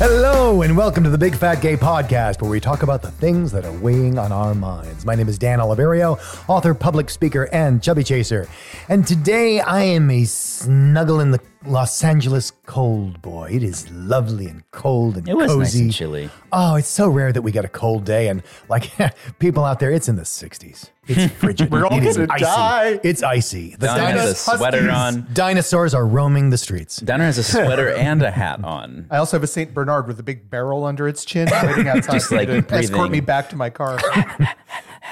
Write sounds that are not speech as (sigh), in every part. Hello, and welcome to the Big Fat Gay Podcast, where we talk about the things that are weighing on our minds. My name is Dan Oliverio, author, public speaker, and chubby chaser. And today I am a snuggle in the Los Angeles cold boy. It is lovely and cold and It was cozy. nice and chilly. Oh, it's so rare that we get a cold day, and like (laughs) people out there, it's in the 60s. (laughs) It's frigid. We're all It is gonna icy. die. It's icy. The Don has a dinos- sweater on. dinosaurs are roaming the streets. Donner has a sweater and a hat on. I also have a Saint Bernard with a big barrel under (laughs) its chin, waiting outside Just, like, to escort breathing. me back to (laughs) my car.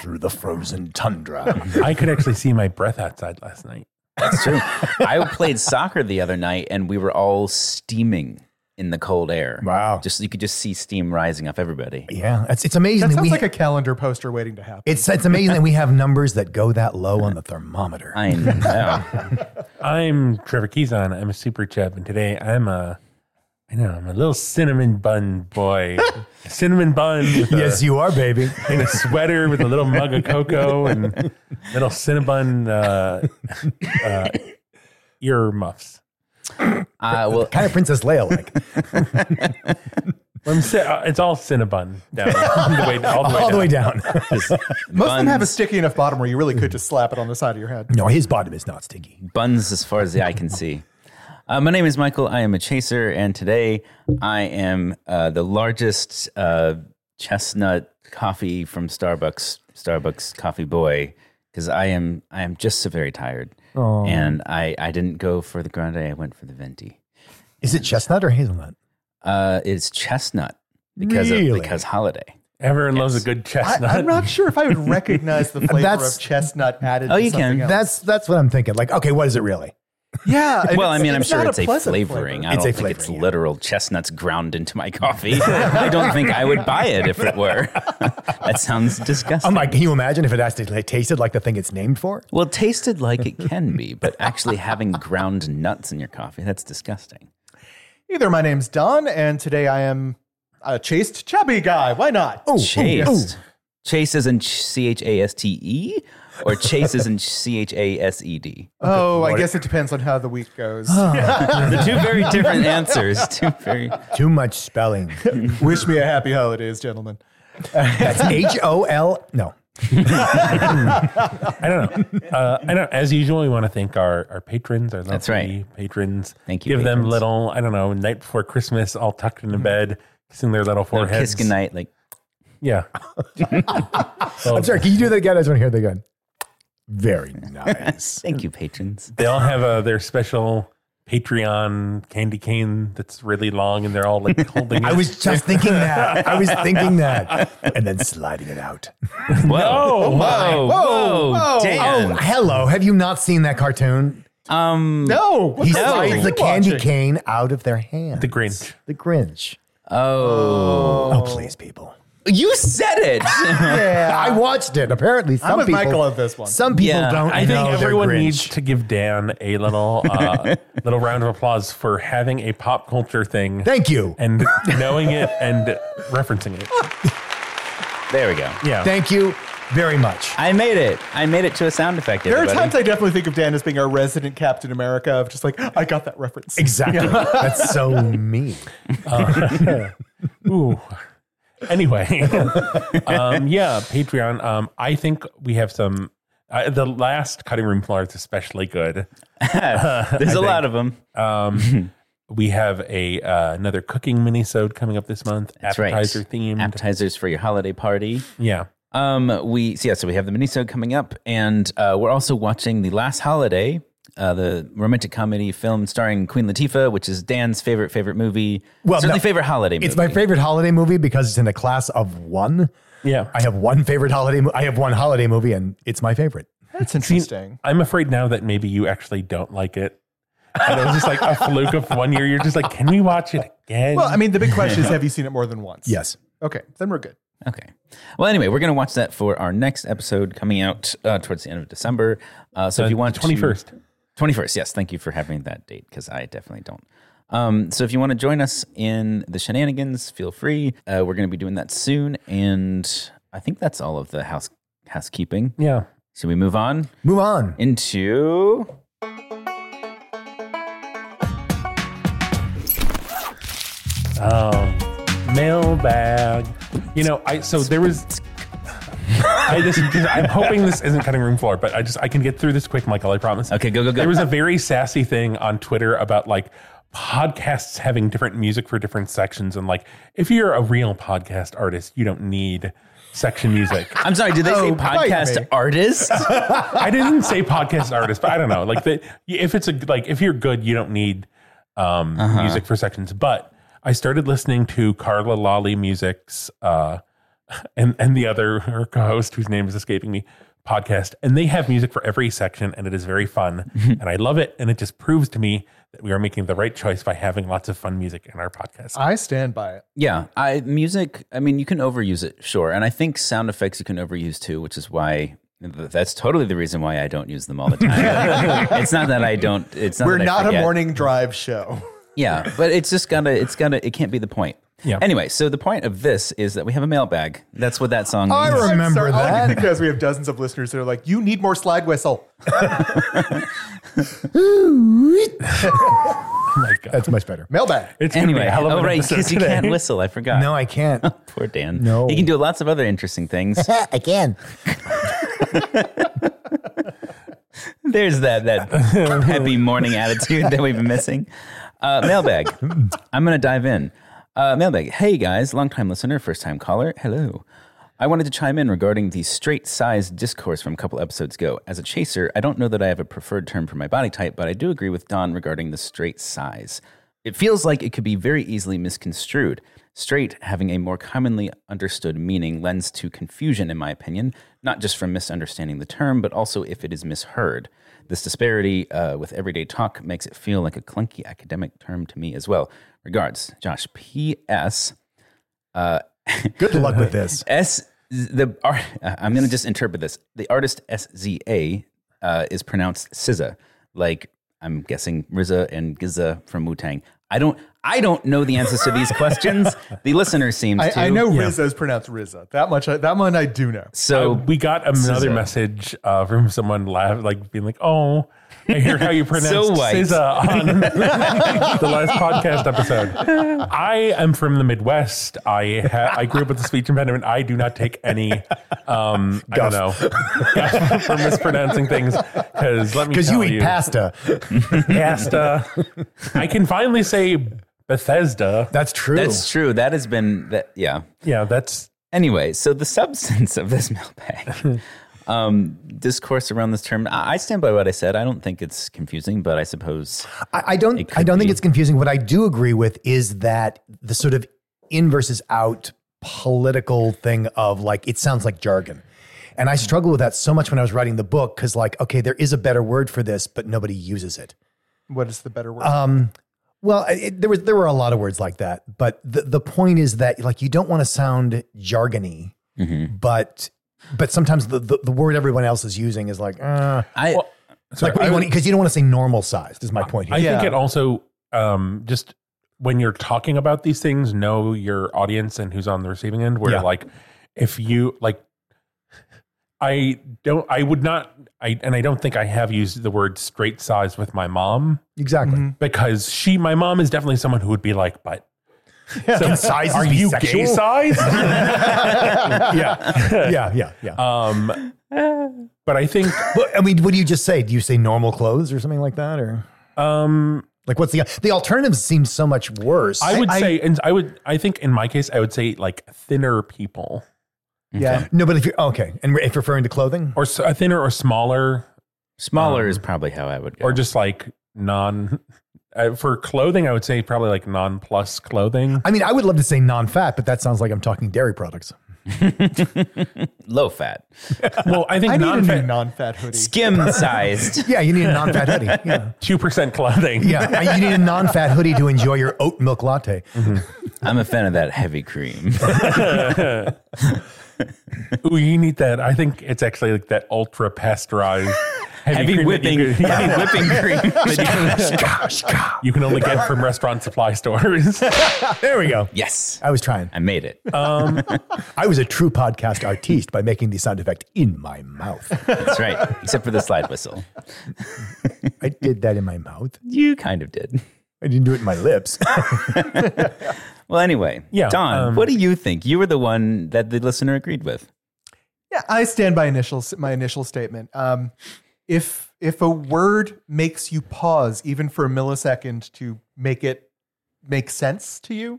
through the frozen tundra. I could actually see my breath outside last night. That's true. I played soccer the other night, and we were all steaming in the cold air. Wow. Just you could just see steam rising off everybody. (laughs) yeah, it's, it's amazing That that, sounds we like a calendar poster waiting to happen. it's it's amazing that we have numbers that go that low on the thermometer. (laughs) I know. I'm Trevor Keyson. I'm a super chub, and today I'm a, I know, I'm a little cinnamon bun boy. cinnamon bun. With yes, a, you are, baby. in a sweater with a little mug of cocoa and little cinnamon uh, uh, ear muffs. Uh, well, kind of Princess Leia like. I'm si- uh, it's all Cinnabon down the way, all the way All the way down. down. Most of them have a buns- sticky enough bottom where you really could just slap it on the side of your head. (laughs) no, his bottom is not sticky. buns as far as the eye can see. Uh, my name is Michael. I am a chaser, and today I am uh, the largest uh, chestnut coffee from Starbucks. Starbucks coffee boy, because I am I am just so very tired, and I I didn't go for the grande. I went for the venti. Is it chestnut or hazelnut? Uh, it's chestnut because Really? of, because holiday. Everyone loves a good I, chestnut. I'm not sure if I would (laughs) recognize the flavor That's- of chestnut added. Oh, to you something can. Else. That's that's what I'm thinking. Like, okay, what is it really? yeah. and well, I it's- mean, I'm sure not it's a, pleasant flavoring. flavor. I It's don't a think it's flavoring, yeah. literal chestnuts ground into my coffee. I don't think I would buy it if it were. (laughs) that sounds disgusting. I'm like, can you imagine if it actually like, tasted like the thing it's named for? Well, it tasted like it can be, but actually having ground nuts in your coffee, that's disgusting. Either my name's Don, and today I am a chaste, chubby guy. Why not? Oh, Chased. Chase is in C H A S T E or chase is in C H A S E D. oh, I guess it depends on how the week goes. The two very different answers. (laughs) Two very too much spelling. (laughs) Wish me a happy holidays, gentlemen. That's H O L. No, I don't know. (laughs) Uh, I don't. As usual, we want to thank our our patrons, our lovely That's right. patrons. Thank you, Give them patrons. Mm-hmm. little. I don't know. Night before Christmas, all tucked into bed, kissing their little kiss foreheads. goodnight. Like, (laughs) Yeah. I'm sorry. Can you do that again? I just want to hear that again. Very nice. thank you, patrons. They all have uh, their special Patreon candy cane that's really long, and they're all like (laughs) holding. I it. was just thinking that. I was thinking that, and then sliding it out. Whoa, whoa, my. whoa, Whoa, whoa. Dan. Hello, have you not seen that cartoon? Um, No, what He the fuck are slides you the candy watching? cane out of their hand. the Grinch. The Grinch. oh, Oh, please, people. you (laughs) said it. I watched it. Apparently, some with people. Michael on this one. Some people Yeah, don't. I think know they're everyone Grinch. needs to give Dan a little uh, (laughs) little round of applause for having a pop culture thing Thank you. and knowing it and referencing (laughs) it. there we go. Yeah. Thank you very much. I made it. I made it to a sound effect. There are everybody. times I definitely think of Dan as being our resident Captain America of just like, I got that reference. (laughs) Exactly. That's so me. Ooh. (laughs) Anyway, um, yeah, Patreon. Um, I think we have some. Uh, the last cutting room floor is especially good. (laughs) There's a lot of them. Um, we have a uh, another cooking minisode coming up this month. That's right. appetizer themed. Appetizers for your holiday party. yeah, Um, we so yeah, so we have the minisode coming up, and uh, we're also watching the last holiday, uh, the romantic comedy film starring Queen Latifah, which is Dan's favorite favorite movie. Well, certainly no, favorite holiday. Movie. It's my favorite holiday movie because it's in a class of one. yeah. I have one favorite holiday. Mo- I have one holiday movie, and it's my favorite. That's See, interesting. I'm afraid now that maybe you actually don't like it. And it was just like a fluke of one year. You're just like, can we watch it again? Well, I mean, (laughs) the big question is, have you seen it more than once? Yes. Okay, then we're good. Okay. Well, anyway, we're gonna watch that for our next episode coming out uh, towards the end of December. Uh, so if you want to- 21st. 21st. Yes, thank you for having that date because I definitely don't. Um, so if you want to join us in the shenanigans, feel free. Uh, we're going to be doing that soon, and I think that's all of the house housekeeping. yeah. Should we move on Move on. into? Um, mailbag. You know, I so there was. I just, I'm hoping this isn't cutting room floor, but I just I can get through this quick, Michael. I promise. Okay, go, go, go. There was a very sassy thing on Twitter about like podcasts having different music for different sections, and like if you're a real podcast artist, you don't need section music. I'm sorry, did they say Oh, bite me. podcast artist? (laughs) I didn't say podcast artist, but I don't know. Like the, if it's a like if you're good, you don't need um, Uh-huh. music for sections. But I started listening to Carla Lolly Music's uh, and and the other her co-host whose name is escaping me podcast, and they have music for every section, and it is very (laughs) fun, and I love it, and it just proves to me that we are making the right choice by having lots of fun music in our Uh, podcast. I stand by it. Yeah, I music. I mean, you can overuse it, sure, and I think sound effects you can overuse too, which is why th- that's totally the reason why I don't use them all the (laughs) time. it's not that I don't. It's not We're that I not a forget. morning drive (laughs) show. Yeah, but it's just gotta. It's gotta. It can't be the point. Yeah. Anyway, so the point of this is that we have a mailbag. That's what that song. means. remember I'm sorry, that. Only because we have dozens of listeners that are like, you need more slide whistle. Oh my God. That's much better. Mailbag. It's gonna be a Anyway, hell of oh an right, episode because you today. can't whistle. I forgot. No, I (laughs) can't. poor Dan. No. he can do lots of other (laughs) interesting things. I can. There's that that peppy morning attitude that we've been missing. Uh, mailbag. I'm going to dive in. Uh, mailbag. Hey guys, longtime listener, first time caller. Hello. I wanted to chime in regarding the straight size discourse from a couple episodes ago. As a chaser, I don't know that I have a preferred term for my body type, but I do agree with Don regarding the straight size. It feels like it could be very easily misconstrued. Straight, having a more commonly understood meaning, lends to confusion, in my opinion, not just from misunderstanding the term, but also if it is misheard. This disparity uh, with everyday talk makes it feel like a clunky academic term to me as well. Regards, Josh. P.S. Good luck with this. S the ar- (laughs) I'm going to just interpret this. The artist S Z A uh, is pronounced SZA, like I'm guessing RZA and GZA from Wu Tang. I don't I don't know the answers to these (laughs) questions. The listener seems to. I, I know Rizza is pronounced Rizza. That much, I, that one I do know. So we got another SZA. message uh, from someone laugh, like being like, "Oh, I hear how you pronounce So white. SZA on the last podcast episode." I am from the Midwest. I ha- I grew up with a speech impediment. I do not take any. Um, I don't know guff for mispronouncing things because let me Because you tell eat pasta. pasta. I can finally say Bethesda. That's true. that's true. That has been that. Yeah. Yeah, that's Anyway, so the substance of this (laughs) (laughs) mailbag um, discourse around this term, I I stand by what I said. I don't think it's confusing, but I suppose I, I don't. I could don't think be. it's confusing. What I do agree with is that the sort of in versus out political thing of like it sounds like jargon, and I struggle with that so much when I was writing the book because like okay, there is a better word for this, but nobody uses it. Um, What is the better Uh, word? Well, it, there was there were a lot of words like that, but the the point is that like you don't want to sound jargony, Mm-hmm. but but sometimes the, the the word everyone else is using is like uh, I. like because you, want- 'cause you don't want to say normal sized is my point here. I think Yeah. it also um, just when you're talking about these things, know your audience and who's on the receiving end. Where Yeah. like if you like, I don't. I would not. I and I don't think I have used the word straight size with my mom exactly. Mm-hmm. because she, my mom, is definitely someone who would be like, but. So sizes are be you sexual? gay size? yeah. Yeah, yeah, yeah. Um, but I think But, I mean, what do you just say? Do you say normal clothes or something like that, or um, like what's the the alternative seems so much worse? I would I- say, and I would, I think in my case, I would say like thinner people. yeah. no, but if you're okay, and if referring to clothing, or s- uh, thinner or smaller Smaller um, is probably how I would go. or just like non uh, for clothing i would say probably like non plus clothing I mean, I would love to say non-fat, but that sounds like I'm talking dairy products. low fat, well i think I need a new non non-fat hoodie. skim sized. Yeah, you need a non-fat (laughs) hoodie. Yeah, 2% clothing yeah. You need a non-fat hoodie to enjoy your oat milk latte. Mm-hmm. I'm a fan of that (laughs) heavy cream. Ooh, you need that i think it's actually like that ultra pasteurized heavy cream that whipping, you can, heavy whipping (laughs) cream. that you- you can only get from restaurant supply stores There we go. yes, I was trying. I made it. I was a true podcast artiste by making the sound effect in my mouth. That's right, except for the slide whistle. I did that in my mouth. You kind of did. I I didn't do it in my lips. Well, anyway, Yeah, Don, um, what do you think? You were the one that the listener agreed with. Yeah, I stand by initial my initial statement. Um, if if a word makes you pause even for a millisecond to make it make sense to you,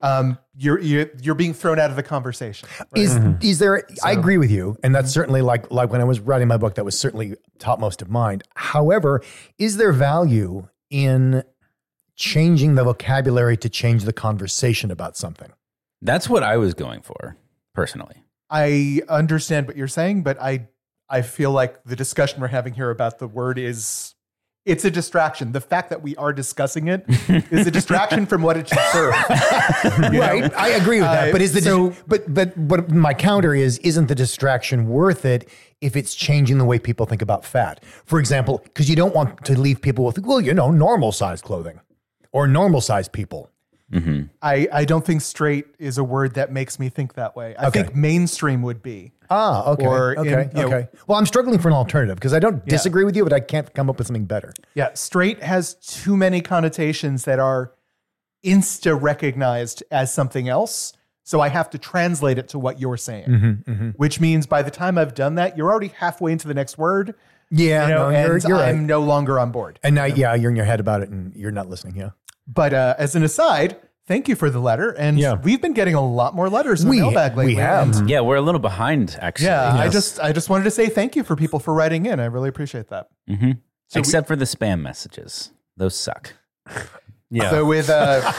um, you're you're, you're being thrown out of the conversation. right? Is is there? I agree with you, and that's certainly like like when I was writing my book, that was certainly topmost of mind. However, is there value in changing the vocabulary to change the conversation about (laughs) something? That's what I was going for, personally. I understand what you're saying, but I I feel like the discussion we're having here about the word is it's a distraction. The fact that we are (laughs) discussing it is a distraction from what it should serve. You know? Right, I agree with that. Uh, But is the dis- so- but but but my counter is isn't the distraction worth it if it's changing the way people think about fat? For example, because you don't want to leave people with well, you know, normal size clothing or normal size people. I, I don't think straight is a word that makes me think that way. I Okay. think mainstream would be. Ah, okay, Or in, okay, you know- okay. well, I'm struggling for an alternative because I don't disagree with you, but I can't come up with something better. Yeah, straight has too many connotations that are insta recognized as something else. So I have to translate it to what you're saying, Mm-hmm, which means by the time I've done that, you're already halfway into the next word. Yeah, you know, no, you're, and you're I'm right. no longer on board. And now, yeah, you're in your head about it, and you're not listening. Yeah, But uh, as an aside, thank you for the letter. And Yeah. we've been getting a lot more letters in We- the mailbag we lately. have. and- Yeah, we're a little behind, actually. Yeah, I just I just wanted to say thank you for people for writing in. I really appreciate that. Except for the spam messages. Those suck. Yeah. So with (laughs) uh,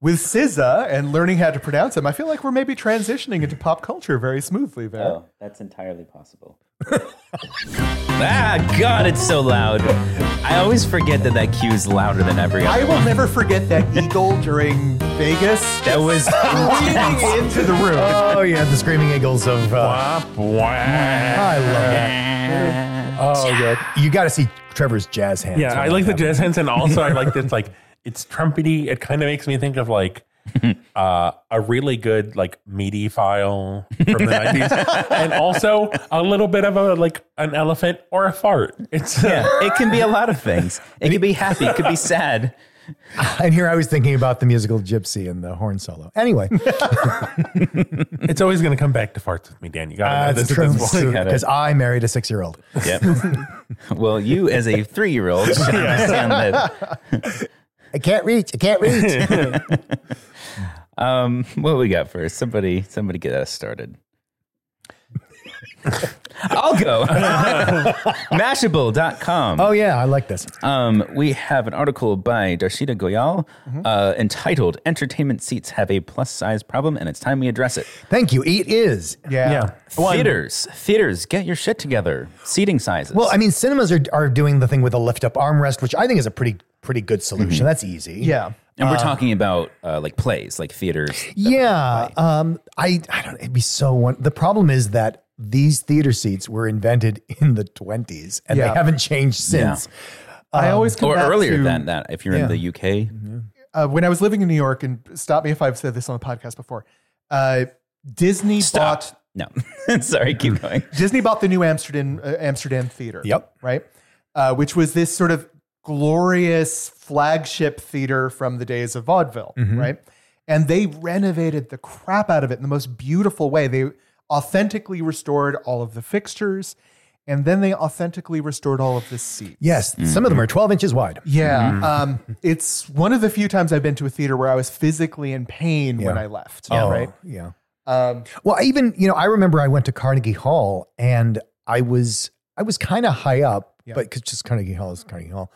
with SZA and learning how to pronounce them, I feel like we're maybe transitioning into pop culture very smoothly there. Oh, that's entirely possible. (laughs) ah, God, it's so loud. I always forget that that cue's louder than every I other. will never forget that eagle during Vegas That (laughs) was intense. leaning into the room. oh yeah, the screaming eagles of. Uh, Wah, wah. I love Oh, yeah. it. You got to see Trevor's jazz hands. Yeah, when I that like the happens. jazz hands, and also I like that it's like it's trumpety. It kind of makes me think (laughs) of like uh, a really good like meaty file from the nineties, (laughs) and also a little bit of a like an elephant or a fart. It's uh, Yeah, it can be a lot of things. It could be happy, it could be sad. (laughs) And here I was thinking about the musical Gypsy and the horn solo. Anyway, uh, it's always going to come back to farts with me, Dan. You got to know that's this at this point. Ah, true Got it. because I married a six-year-old. Yep. (laughs) well, you as a three year old should understand that. I can't reach. I can't reach. Um, what we got first? Somebody, somebody get us started. I'll (laughs) go. Mashable.com. oh yeah, I like this. Um, we have an article by Darshita Goyal Mm-hmm. uh, entitled Entertainment Seats Have a Plus Size Problem and It's Time We Address It. Thank you. It is. Yeah. Yeah. Theaters, theaters, get your shit together. Seating sizes. Well, I mean, cinemas are, are doing the thing with the lift up armrest, which I think is a pretty pretty good solution. That's easy. Mm-hmm. Yeah. and we're talking about uh, like plays, like theaters. Yeah. Um, I, I don't, it'd be so one. The problem is that these theater seats were invented (laughs) in the 20s and Yeah. they haven't chinged since. Um, I always come Um, Or back earlier to, than that, if you're in the UK. uh, when I was living in New York, and stop me if I've said this on the podcast before. Uh, Disney bought No. (laughs) Sorry, keep going. Disney bought the new Amsterdam uh, Amsterdam Theater. Yep. Right, uh, which was this sort of glorious flagship theater from the days of vaudeville. Right, and they renovated the crap out of it in the most beautiful way. They authentically restored all of the fixtures, and then they authentically restored all of the seats. Yes. Some of Mm-hmm. them are 12 inches wide. Yeah, um, (laughs) it's one of the few times I've been to a theater where I was physically in pain when I left. Oh, Right. Yeah. Um, Well, I even you know, I remember I went to Carnegie Hall and I was I was kind of high up, but 'cause just Carnegie Hall is Carnegie Hall.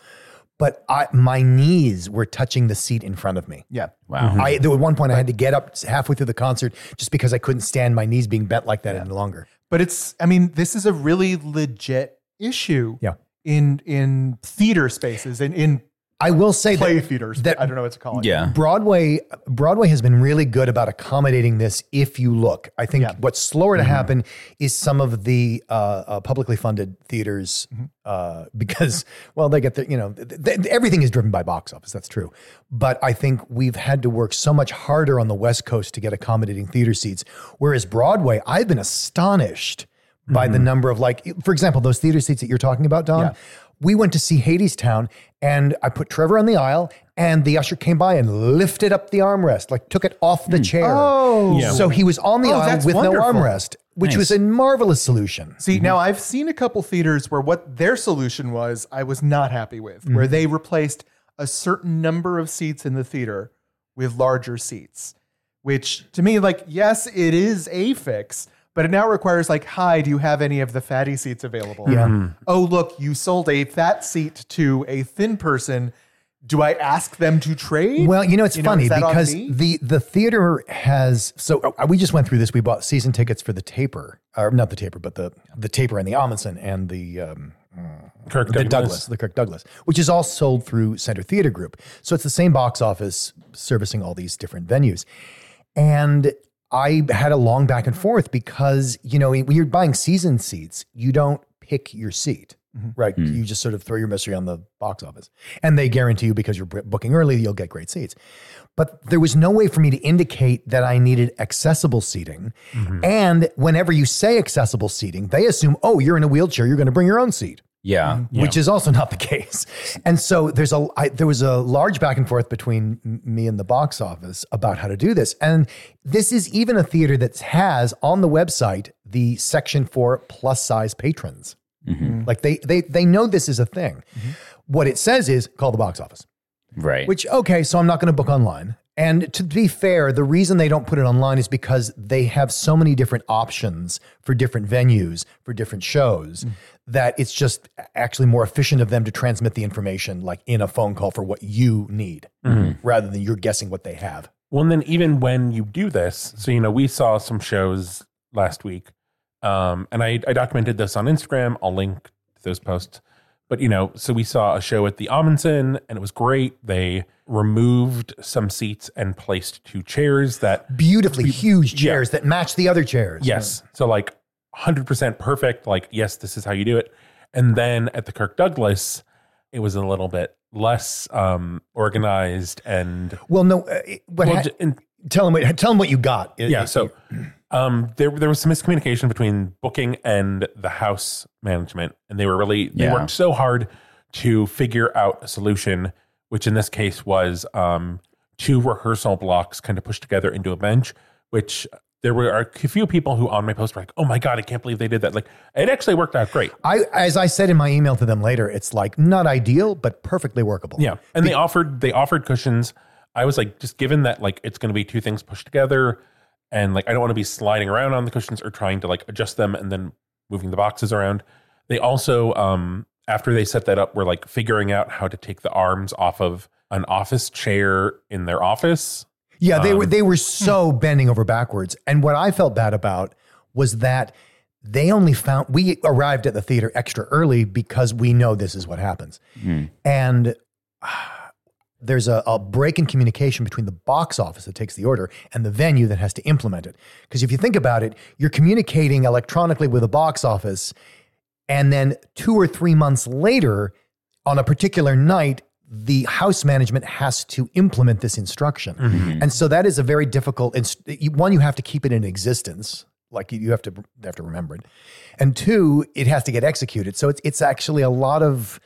But I, my knees were touching the seat in front of me. yeah. Wow. I there was one point I had to get up halfway through the concert just because I couldn't stand my knees being bent like that any longer. but it's i mean this is a really legit issue Yeah. in in theater spaces and in I will say play that theaters that- i don't know what to call it Yeah. Broadway Broadway has been really good about accommodating this if you look. I think what's slower to happen is some of the uh, uh, publicly funded theaters uh, (laughs) because well they get the you know th- th- everything is driven by box office that's true. But I think we've had to work so much harder on the West Coast to get accommodating theater seats whereas Broadway Mm-hmm. I've been astonished by the number of like for example those theater seats that you're talking about Don we went to see Hadestown, and I put Trevor on the aisle, and the usher came by and lifted up the armrest, like took it off the chair. Hmm. Oh. Yeah. so he was on the Oh, aisle that's with no wonderful. armrest, which was a marvelous solution. See, now I've seen a couple theaters where what their solution was, I was not happy with, where they replaced a certain number of seats in the theater with larger seats, which to me, like, yes, it is a fix, but it now requires, like, hi, do you have any of the fatty seats available? Yeah. Oh, look, you sold a fat seat to a thin person. Do I ask them to trade? Well, you know, it's You know, funny is that on because me? the the theater has so uh, we just went through this. We bought season tickets for the Taper, or not the Taper, but the the Taper and the Amundsen and the um, Kirk the Douglas, the Kirk Douglas, which is all sold through Center Theater Group. So it's the same box office servicing all these different venues. And I had a long back and forth because, you know, when you're buying season seats, you don't pick your seat, right? You just sort of throw your mystery on the box office. And they guarantee you because you're b- booking early, you'll get great seats. But there was no way for me to indicate that I needed accessible seating. And whenever you say accessible seating, they assume, oh, you're in a wheelchair, you're going to bring your own seat Yeah. which is also (laughs) not the case. And so there's a I, there was a large back and forth between m- me and the box office about how to do this. And this is even a theater that has on the website the section for plus size patrons. Like they they they know this is a thing. What it says is call the box office. Right. Which okay, so I'm not going to book online. And to be fair, the reason they don't put it online is because they have so many different options for different venues, for different shows, Mm. that it's just actually more efficient of them to transmit the information like in a phone call for what you need Mm-hmm. rather than you're guessing what they have. Well, and then even when you do this, so you know, we saw some shows last week, um, and I, I documented this on Instagram. I'll link to those posts. But you know, so we saw a show at the Amundsen, and it was great. They removed some seats and placed two chairs that Beautifully huge chairs that match the other chairs. Yes. So like 100% perfect. Like, yes, this is how you do it. And then at the Kirk Douglas, it was a little bit less um, organized and, Well, no, uh, it- what well, ha- j- and- tell them what, tell them what you got. It- yeah. it- So um, there there was some miscommunication between booking and the house management, and they were really they Yeah. worked so hard to figure out a solution, which in this case was um, two rehearsal blocks kind of pushed together into a bench, which. There were a few people who on my post were like, "Oh my god, I can't believe they did that!" Like, it actually worked out great. I as I said in my email to them later, it's like not ideal but perfectly workable. Yeah, and they offered they offered cushions. I was like, just given that like it's going to be two things pushed together, and like I don't want to be sliding around on the cushions or trying to like adjust them and then moving the boxes around. They also, um, after they set that up, were like figuring out how to take the arms off of an office chair in their office. Yeah, they were they were so bending over backwards. And what I felt bad about was that they only found we arrived at the theater extra early because we know this is what happens. And (sighs) ah, there's a, a break in communication between the box office that takes the order and the venue that has to implement it. Because if you think about it, you're communicating electronically with the box office, and then two or three months later, on a particular night, the house management has to implement this instruction. And so that is a very difficult inst- you- one you have to keep it in existence. Like you- you have to you have to remember it. And two, it has to get executed. So it's it's actually a lot of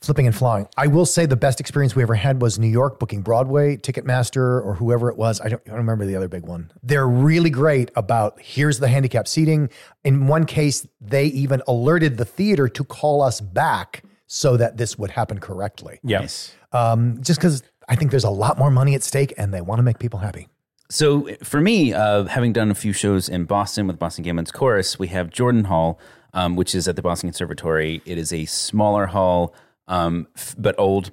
flipping and flying. I will say the best experience we ever had was New York booking Broadway, Ticketmaster, or whoever it was. I don't, I don't remember the other big one. They're really great about here's the handicap seating. In one case, they even alerted the theater to call us back so that this would happen correctly. Yes. Um, just because I think there's a lot more money at stake and they want to make people happy. So for me, uh, having done a few shows in Boston with Boston Gammon's Chorus, we have Jordan Hall, um, which is at the Boston Conservatory. It is a smaller hall, um, f- but old,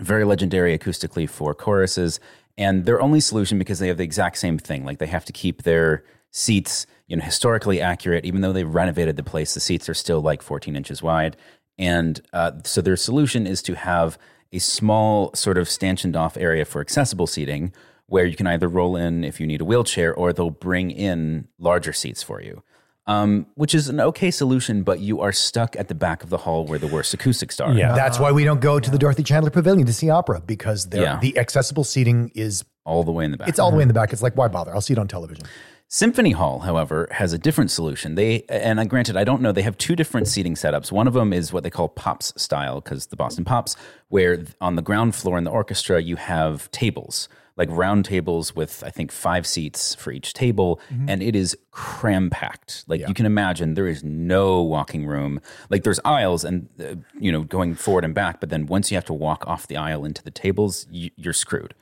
very legendary acoustically for choruses. And their only solution, because they have the exact same thing, like they have to keep their seats, you know, historically accurate. Even though they've renovated the place, the seats are still like 14 inches wide. And uh, so their solution is to have a small sort of stanchioned off area for accessible seating where you can either roll in if you need a wheelchair or they'll bring in larger seats for you, um, which is an okay solution, but you are stuck at the back of the hall where the worst acoustics are. Yeah. That's why we don't go to the Dorothy Chandler Pavilion to see opera because they're Yeah. the accessible seating is All the way in the back. it's all the way in the back. It's like why bother? I'll see it on television. Symphony Hall, however, has a different solution. They and I granted, I don't know. They have two different seating setups. One of them is what they call pops style because the Boston Pops, where th- on the ground floor in the orchestra you have tables like round tables with I think five seats for each table, and it is cram packed. Like you can imagine, there is no walking room. Like there's aisles and uh, you know going forward and back, but then once you have to walk off the aisle into the tables, you, you're screwed.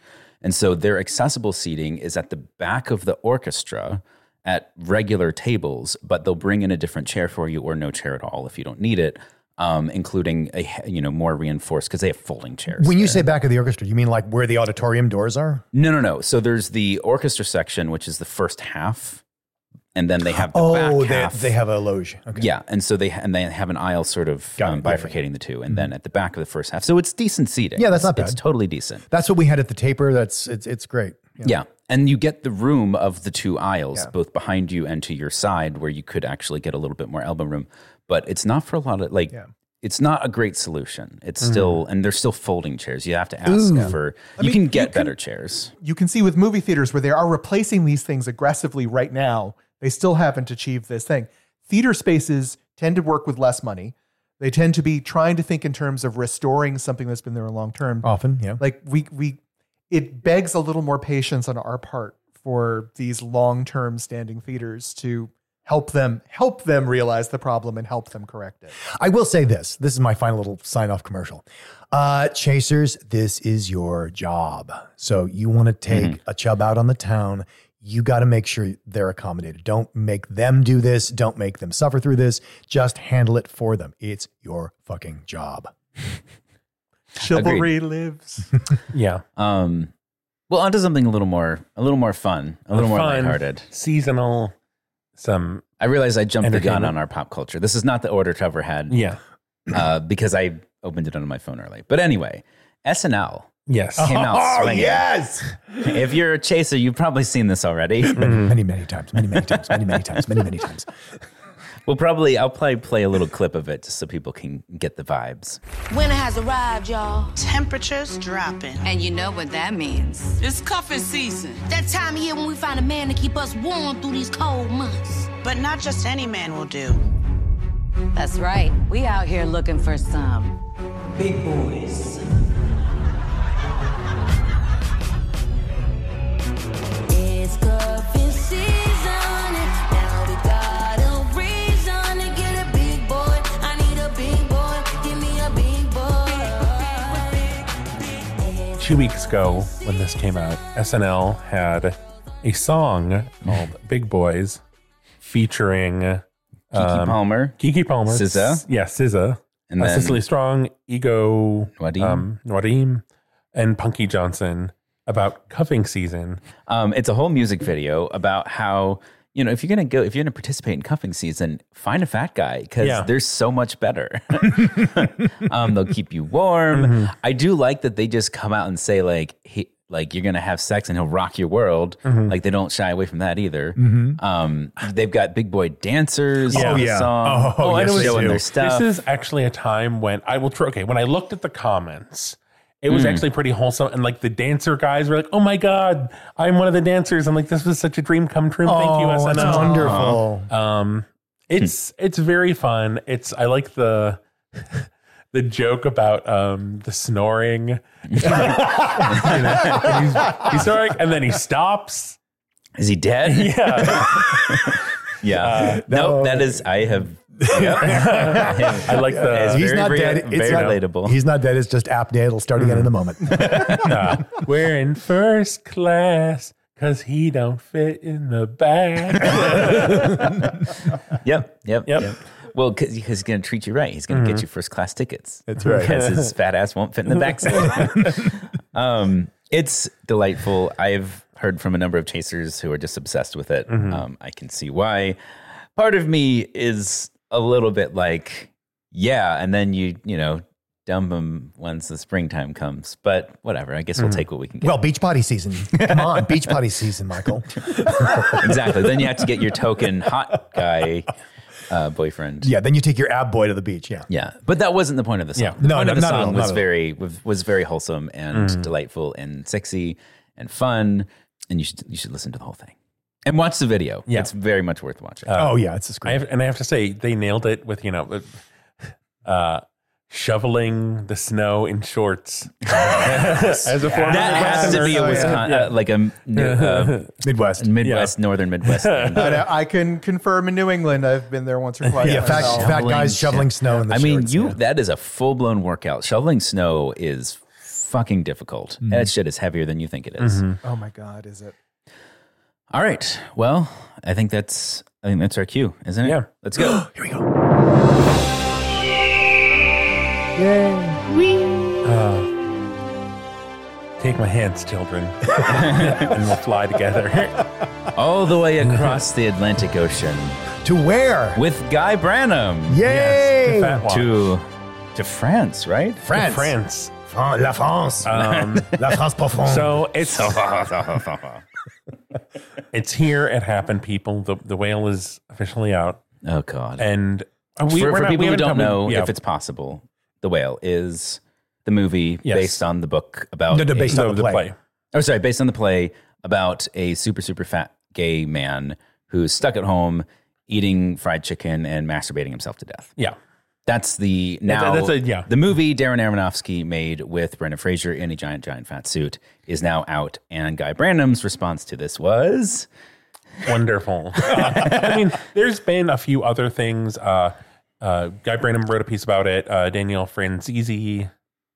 And so their accessible seating is at the back of the orchestra at regular tables, but they'll bring in a different chair for you or no chair at all if you don't need it, um, including a you know more reinforced because they have folding chairs. When you say back of the orchestra, you mean like where the auditorium doors are? No, no, no. So there's the orchestra section, which is the first half, and then they have the oh, back they, half. they have a loge. Okay. yeah, and so they and they have an aisle sort of Got um, it, yeah, yeah. bifurcating the two, and then at the back of the first half. So it's decent seating. Yeah, that's It's- not It's bad. totally decent. That's what we had at the taper. That's it's it's great. Yeah. And you get the room of the two aisles, both behind you and to your side, where you could actually get a little bit more elbow room. But it's not for a lot of like, it's not a great solution. It's still, and there's still folding chairs. You have to ask for, you can get better chairs. you can see with movie theaters where they are replacing these things aggressively right now, they still haven't achieved this thing. Theater spaces tend to work with less money. They tend to be trying to think in terms of restoring something that's been there a long term. Often, yeah. Like we we it begs a little more patience on our part for these long-term standing theaters to help them help them realize the problem and help them correct it. I will say this. This is my final little sign off commercial. Uh, Chasers, this is your job. So you want to take Mm-hmm. a chub out on the town. You got to make sure they're accommodated. Don't make them do this. Don't make them suffer through this. Just handle it for them. It's your fucking job. Chivalry lives. Yeah. Um, well, onto something a little more, a little more fun, a little more Fun, lighthearted. Seasonal. Some. I realize I jumped the gun Entertainment. on our pop culture. This is not the order Trevor had (laughs) Yeah. uh, because I opened it on my phone early. But anyway, SNL Yes. Uh-huh. came out swinging. yes. If you're a chaser, you've probably seen this already. (laughs) Mm-hmm. Many, many times. Many, many times. Many, many times. Many, many times. We'll probably I'll probably play a little clip of it just so people can get the vibes. Winter has arrived, y'all. Temperatures dropping. And you know what that means. It's cuffing season. That time of year when we find a man to keep us warm through these cold months. But not just any man will do. That's right. We out here looking for some. Big boys. It's cuffing season. Now we got a reason to get a big boy. I need a big boy. Give me a big boy. Two weeks ago, when this came out, SNL had a song (laughs) called "Big Boys," featuring Kiki Palmer. Kiki Palmer, SZA? yeah, SZA, And uh, then- Cicely Strong, Ego Nadeem? Nadeem, and Punky Johnson about cuffing season. Um, it's a whole music video about how you know if you're gonna go if you're gonna participate in cuffing season, find a fat guy because Yeah. they're so much better. um, they'll keep you warm. I do like that they just come out and say like he like you're gonna have sex and he'll rock your world. Like they don't shy away from that either. Um, they've got big boy dancers. Oh, on the yeah. Song, Oh, yes, they showing do. their stuff. This is actually a time when I will. Tr- okay, when I looked at the comments, it Hmm. was actually pretty wholesome, and like the dancer guys were like, "Oh my god, I'm one of the dancers!" I'm like, "This was such a dream come true." Thank you, Oh, SNL. that's wonderful. Hmm. Um, it's it's very fun. It's I like the (laughs) the joke about um the snoring. (laughs) You know, and he's, he's snoring and then he (laughs) stops. Is he dead? Yeah, Yeah. no, that is. I have. I I like the. He's (laughs) very not rea- dead. very it's not, relatable. Mm-hmm. He's not dead. It's just apt dead. It'll start again in a moment. uh, we're in first class because he don't fit in the back. Yep. Yep. (laughs) Yep. Well, because he's going to treat you right. He's going to get you first class tickets. That's (laughs) right. Because his fat ass won't fit in the backseat. um, it's delightful. I've heard from a number of chasers who are just obsessed with it. Um, I can see why. Part of me is a little bit like, yeah, and then you, you know, dump them once the springtime comes. But whatever. I guess we'll take what we can get. Well, beach potty season. Come on, beach potty season, Michael. exactly. Then you have to get your token hot guy uh, (laughs) boyfriend. Yeah, then you take your ab boy to the beach. Yeah. Yeah, but that wasn't the point of the song. Yeah. The No, point no, of the not at song all, Mm. not was at all. very was, was very wholesome and delightful and sexy and fun, and you should you should listen to the whole thing. and watch the video. Yeah. It's very much worth watching. oh yeah, it's a I scream. have, and I have to say, they nailed it with you know, uh, shoveling the snow in shorts as a form. that of has to be a Oh, yeah. Wisconsin, uh, like (laughs) a m- new, uh, Midwest. Midwest, northern Midwest. (laughs) thing. But uh, I can confirm in New England, I've been there once or twice. yeah, fat, myself. fat guys shit. shoveling snow in the I mean, shorts, you yeah. that is a full blown workout. Shoveling snow is fucking difficult. Mm-hmm. That shit is heavier than you think it is. Oh my God, is it? All right. Well, I think that's I think that's our cue, isn't it? Yeah. Let's go. Here we go. Take my (laughs) hands, children, and we'll fly together. All the way across the Atlantic Ocean To where? with Guy Branham Yay! to Fat Walk. to to France, right? France. (laughs) (laughs) France. Fran- La France. Um, La France profonde. so it's it's here. It happened, people. The the whale is officially out, Oh God. and uh, we, for we're for not- we people who haven't don't covered- know, yeah. if it's possible, The Whale is the movie Yes. based on the book about No, no, a- based on no, the the play. play. Oh, sorry, based on the play about a super, super fat gay man who's stuck at home eating fried chicken and masturbating himself to death. Yeah. That's the now that's a- yeah. the movie Darren Aronofsky made with Brendan Fraser in a giant, giant fat suit is now out, and Guy Branum's response to this was Wonderful. (laughs) I mean, there's been a few other things. Uh, uh, Guy Branum wrote a piece about it. Uh, Danielle Franzese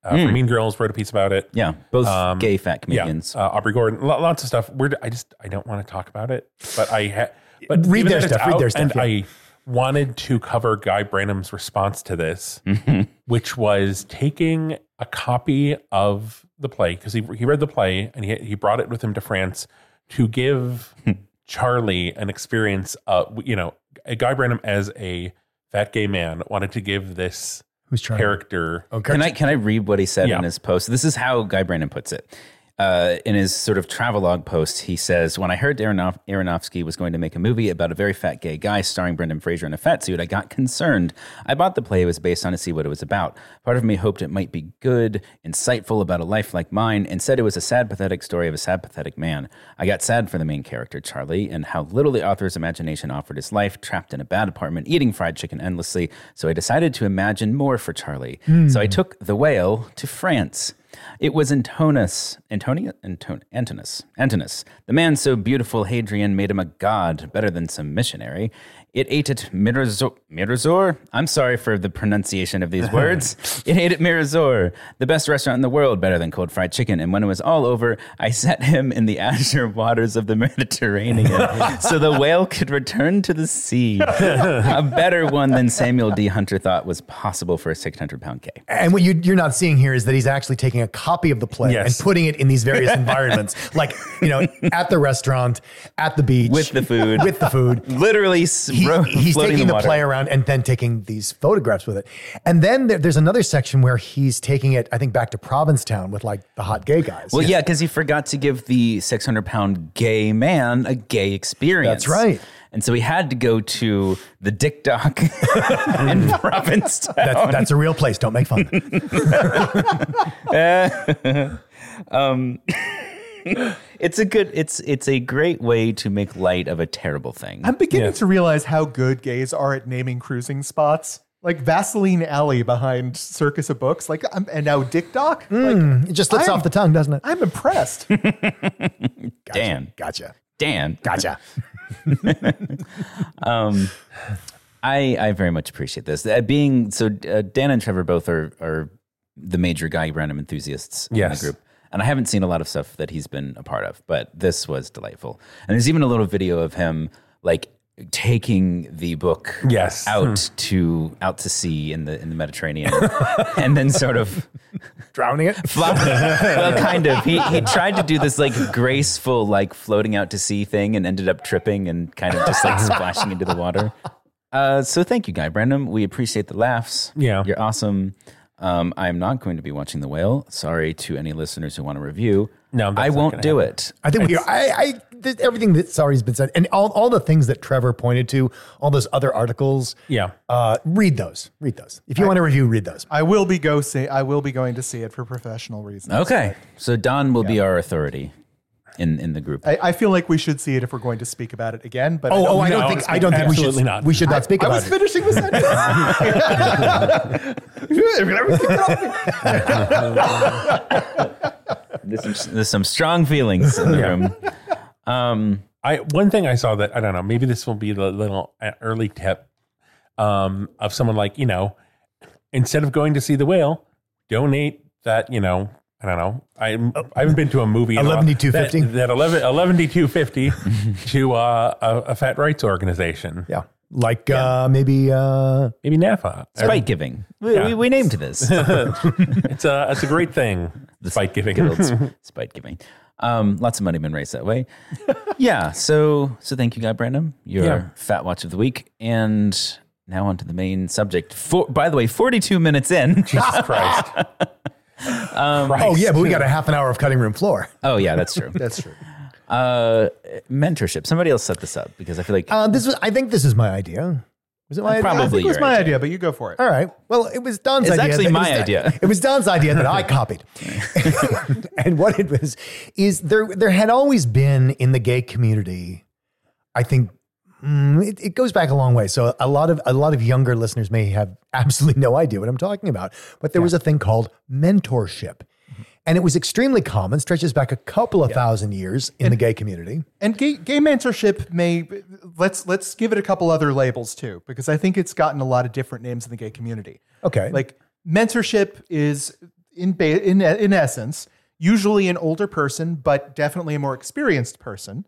uh, Hmm. from Mean Girls wrote a piece about it. yeah, both Um, gay fat Yeah. comedians. Uh, Aubrey Gordon, lo- lots of stuff. We're, I just I don't want to talk about it, but I ha- but Read even their that it's stuff, read out their stuff, And yeah. I wanted to cover Guy Branum's response to this, Mm-hmm. which was taking a copy of the play because he he read the play and he he brought it with him to France to (laughs) give Charlie an experience. Uh, you know, Guy Branum as a fat gay man wanted to give this Who's trying? character Okay. Can I can I read what he said Yeah. in his post? This is how Guy Brandon puts it. Uh, in his sort of travelogue post, he says, "When I heard Aronof- Aronofsky was going to make a movie about a very fat gay guy starring Brendan Fraser in a fat suit, I got concerned. I bought the play it was based on to see what it was about. Part of me hoped it might be good, insightful about a life like mine. Instead, it was a sad, pathetic story of a sad, pathetic man. I got sad for the main character, Charlie, and how little the author's imagination offered his life, trapped in a bad apartment, eating fried chicken endlessly. So I decided to imagine more for Charlie. So I took the whale to France." It was Antonus, Antonia, Anton, Antinous, Antinous. The man so beautiful, Hadrian made him a god, better than some missionary. It ate at Mirazor. Mirazor? I'm sorry for the pronunciation of these words. it ate at Mirazor, the best restaurant in the world, better than cold fried chicken. And when it was all over, I (laughs) set him in the azure waters of the Mediterranean, so the whale could return to the sea. a better one than Samuel D. Hunter thought was possible for a 600 pound K. And what you, you're not seeing here is that he's actually taking a copy of the play Yes. and putting it in these various environments, like you know, at the restaurant, at the beach, With the food. with the food. (laughs) literally s He- ro- he's floating taking in the, water. play around and then taking these photographs with it. And then there, there's another section where he's taking it, I think, back to Provincetown with like the hot gay guys. Well, yeah, because he forgot to give the 600 pound gay man a gay experience. That's right. And so he had to go to the Dick Dock (laughs) (laughs) in Provincetown. that's, that's a real place. Don't make fun. of it. It's a good. It's it's a great way to make light of a terrible thing. I'm beginning Yeah. to realize how good gays are at naming cruising spots. Like Vaseline Alley behind Circus of Books, like I'm, and now Dick Dock. Like, It just slips I'm- off the tongue, doesn't it? I'm impressed. Dan, Gotcha. Dan, Gotcha. I, I very much appreciate this. Uh, being so, uh, Dan and Trevor both are are the major Guy Branum enthusiasts Yes. in the group, and I haven't seen a lot of stuff that he's been a part of, but this was delightful. And there's even a little video of him like taking the book Yes. Hmm. out to out to sea in the in the Mediterranean, (laughs) and then sort of Drowning it. flop. well, kind of. He he tried to do this like graceful like floating out to sea thing and ended up tripping and kind of just like splashing into the water. Uh, so thank you, Guy Brandon. We appreciate the laughs. Yeah. you're awesome. Um, I'm not going to be watching the whale. Sorry to any listeners who want to review. No, that's I not won't gonna do happen. it. I (laughs) think we are. I, I th- everything that sorry's been said, and all, all the things that Trevor pointed to, all those other articles. Yeah. uh, read those. Read those. If you want to review, read those. I will be go see. I will be going to see it for professional reasons. Okay, so Don will be our authority. in in the group. I, I feel like we should see it if we're going to speak about it again. But Oh, oh, I No, don't think I don't think we should absolutely not. we should not speak I about was it. finishing the (laughs) (laughs) sentence. There's some, there's some strong feelings in the room. I one thing I saw that I don't know. Maybe this will be the little uh, early tip um, of someone like you know, instead of going to see the whale, donate that you know. I don't know. I I haven't been to a movie. in a while. 11D250? That, that 11 11 250 to uh, a, a fat rights organization. Yeah. Like uh maybe uh Maybe NAFA. Spite giving. We, Yeah. we, we named (laughs) this It's a it's a great thing. Spite giving. (laughs) guilds. Spite giving. Um, lots of money been raised that way. yeah. So so thank you, God Brandon. Your Yeah. fat watch of the week, and now on to the main subject. For, by the way, forty two minutes in. (laughs) Jesus Christ. Oh yeah, but we got a half an hour of cutting room floor. oh yeah, that's true. (laughs) That's true. Uh, mentorship. Somebody else set this up because I feel like Uh, this was I think this is my idea. Was it my idea? I Probably. think it was your my idea. idea, but you go for it. All right. Well, it was Don's It's idea. actually that- my it was, idea. It was Don's idea that (laughs) I copied. (laughs) and what it was is there there had always been in the gay community, I think mm, it, it goes back a long way. So a lot of a lot of younger listeners may have absolutely no idea what I'm talking about. But there was a thing called mentorship. And it was extremely common, stretches back a couple of thousand years in the gay community. And gay, gay mentorship may let's let's give it a couple other labels too, because I think it's gotten a lot of different names in the gay community. Okay. Like mentorship is in ba- in in essence usually an older person, but definitely a more experienced person,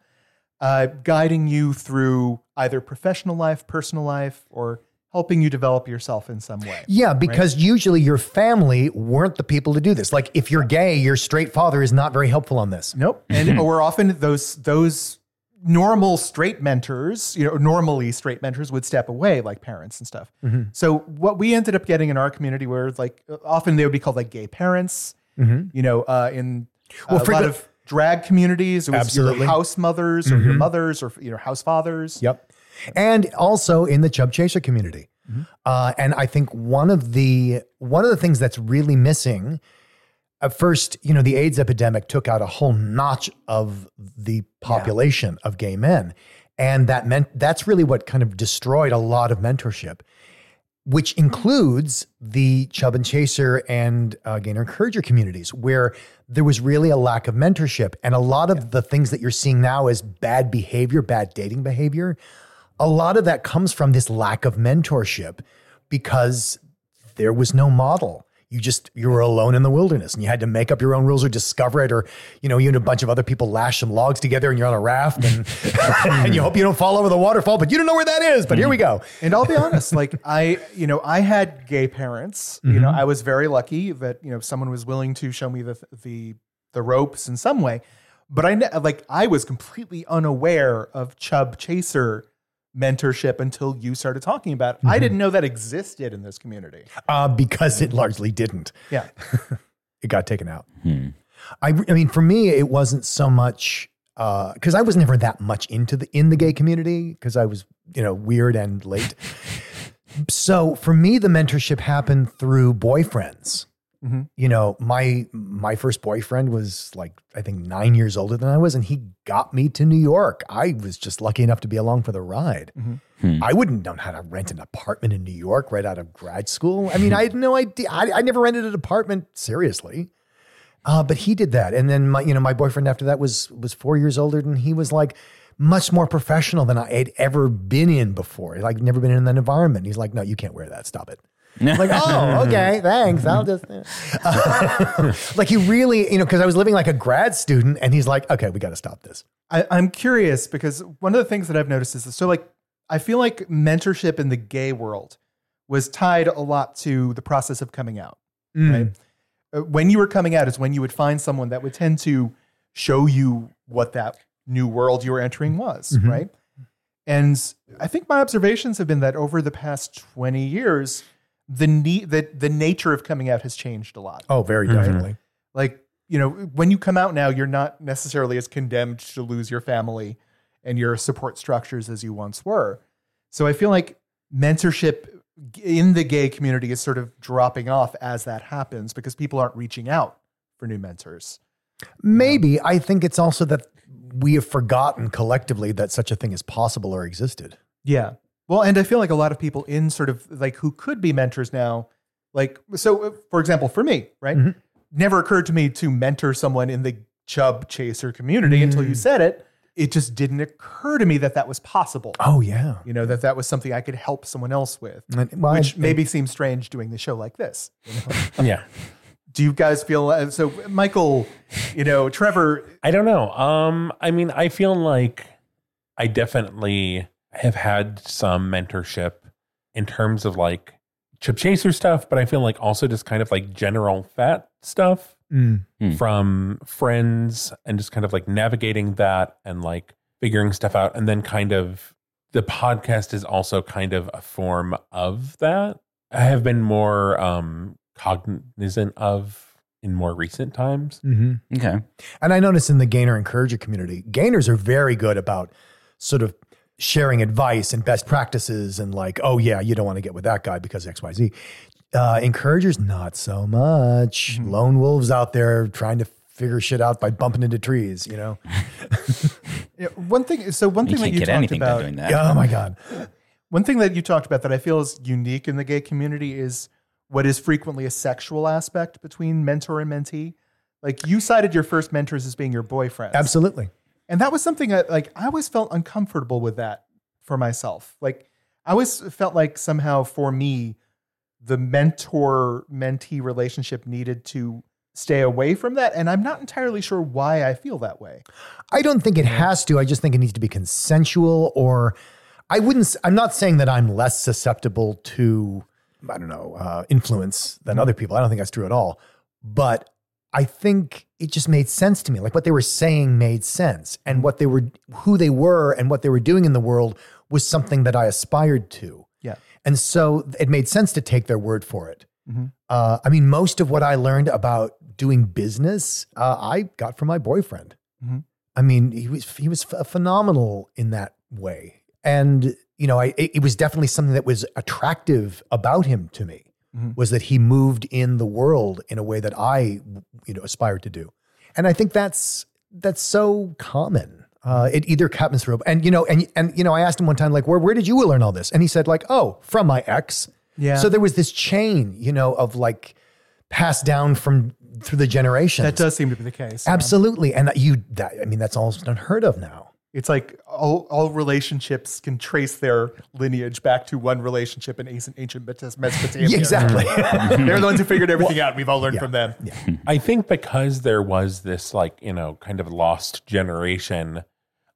uh, guiding you through either professional life, personal life, or helping you develop yourself in some way. Yeah, because usually your family weren't the people to do this. Like if you're gay, your straight father is not very helpful on this. (laughs) Nope. And or often those those normal straight mentors, you know, normally straight mentors would step away, like parents and stuff. Mm-hmm. So what we ended up getting in our community were like often they would be called like gay parents. You know, uh, in Mm-hmm. Well, uh, a lot frequent- of drag communities, it was Absolutely. Mm-hmm. your house mothers or your mothers or you know house fathers. Yep. And also in the Chub Chaser community. Mm-hmm. Uh, and I think one of the one of the things that's really missing at first, you know, the AIDS epidemic took out a whole notch of the population of gay men. And that meant that's really what kind of destroyed a lot of mentorship, which includes the Chub and Chaser and uh, Gainer Encourager communities, where there was really a lack of mentorship. And a lot of the things that you're seeing now is bad behavior, bad dating behavior. A lot of that comes from this lack of mentorship because there was no model. You just you were alone in the wilderness, and you had to make up your own rules or discover it, or you know you and a bunch of other people lash some logs together, and you're on a raft, and, (laughs) and you hope you don't fall over the waterfall, but you don't know where that is. But here we go. And I'll be honest, like I, you know, I had gay parents. You know, I was very lucky that you know someone was willing to show me the the the ropes in some way. But I ne- like I was completely unaware of Chub Chaser mentorship until you started talking about it. I didn't know that existed in this community. Uh, because it largely didn't. Yeah, It got taken out. I, I mean, for me, it wasn't so much because I was never that much into the in the gay community because I was you know weird and late. so for me, the mentorship happened through boyfriends. You know, my my first boyfriend was like I think nine years older than I was, and he got me to New York. I was just lucky enough to be along for the ride. I wouldn't know how to rent an apartment in New York right out of grad school. I mean, I had no idea. I, I never rented an apartment seriously. Uh, but he did that, and then my you know my boyfriend after that was was four years older, and he was like much more professional than I had ever been in before. Like never been in that environment. He's like, no, you can't wear that. Stop it. I'm like, (laughs) oh, okay, thanks. I'll just (laughs) like he really, you know, because I was living like a grad student, and he's like, okay, we got to stop this. I, I'm curious because one of the things that I've noticed is so like I feel like mentorship in the gay world was tied a lot to the process of coming out. Mm. Right? Uh, When you were coming out is when you would find someone that would tend to show you what that new world you were entering was, right? And I think my observations have been that over the past 20 years, the need that the nature of coming out has changed a lot Oh, very definitely. like you know when you come out now you're not necessarily as condemned to lose your family and your support structures as you once were so i feel like mentorship in the gay community is sort of dropping off as that happens because people aren't reaching out for new mentors Maybe I think it's also that we have forgotten collectively that such a thing is possible or existed. Yeah. Well, and I feel like a lot of people in sort of like who could be mentors now, like, so uh, for example, for me, right? Mm-hmm. Never occurred to me to mentor someone in the chub chaser community until Mm. you said it. It just didn't occur to me that that was possible, Oh yeah. you know, that that was something I could help someone else with, And- well, which I- maybe seems strange doing the show like this. you know? Yeah. Do you guys feel uh, so, Michael, you know, Trevor, I don't know. Um, I mean, I feel like I definitely have had some mentorship in terms of like chip chaser stuff, but I feel like also just kind of like general fat stuff Mm. from friends and just kind of like navigating that and like figuring stuff out. And then kind of the podcast is also kind of a form of that. I have been more um cognizant of in more recent times. Mhm. Okay. And I notice in the gainer encourager community, gainers are very good about sort of sharing advice and best practices and like, oh yeah, you don't want to get with that guy because X Y Z. Uh, encouragers, not so much. Lone wolves out there trying to figure shit out by bumping into trees. You know? you know, uh, one thing, so one You thing that can't you get talked anything by about, doing that. Oh my god. One thing that you talked about that I feel is unique in the gay community is what is frequently a sexual aspect between mentor and mentee. Like you cited your first mentors as being your boyfriend. Absolutely. And that was something that like I always felt uncomfortable with that for myself. Like I always felt like somehow for me the mentor mentee relationship needed to stay away from that and I'm not entirely sure why I feel that way. I don't think it has to. I just think it needs to be consensual or I wouldn't s- I'm not saying that I'm less susceptible to I don't know, uh, influence than other people. I don't think that's true at all. But I think it just made sense to me. Like what they were saying made sense and what they were who they were and what they were doing in the world was something that I aspired to. Yeah. And so it made sense to take their word for it. Uh, I mean, most of what I learned about doing business, uh, I got from my boyfriend. Mhm. I mean, he was he was ph- phenomenal in that way, and you know, I it, it was definitely something that was attractive about him to me Mhm. was that he moved in the world in a way that I you know aspired to do, and I think that's that's so common. Uh, it either happens through, and you know, and and you know, I asked him one time like, where where did you learn all this? And he said like, oh, from my ex. Yeah. So there was this chain, you know, of like passed down from through the generations. That does seem to be the case. absolutely, and that you that I mean that's almost unheard of now. It's like all, all relationships can trace their lineage back to one relationship in ancient, ancient Meso- Mesopotamia. Yeah, exactly. They're the ones who figured everything out. We've all learned from them. I think because there was this like, you know, kind of lost generation,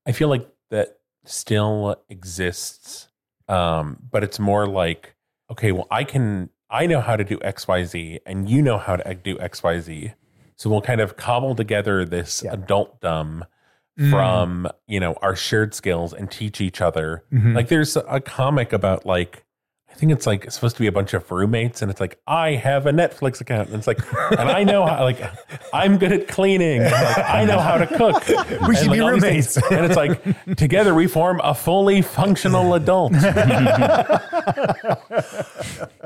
I feel like that still exists. Um, but it's more like, okay, well, I can I know how to do XYZ and you know how to do XYZ. So we'll kind of cobble together this Yeah. Mm. adult dumb from, you know, our shared skills and teach each other. Mm-hmm. Like there's a comic about like I think it's like it's supposed to be a bunch of roommates, and it's like I have a Netflix account, and (laughs) it's like, and I know how, like I'm good at cleaning, and, like, I know how to cook. We And, should like, be all these roommates. things. and it's like (laughs) together we form a fully functional adult. I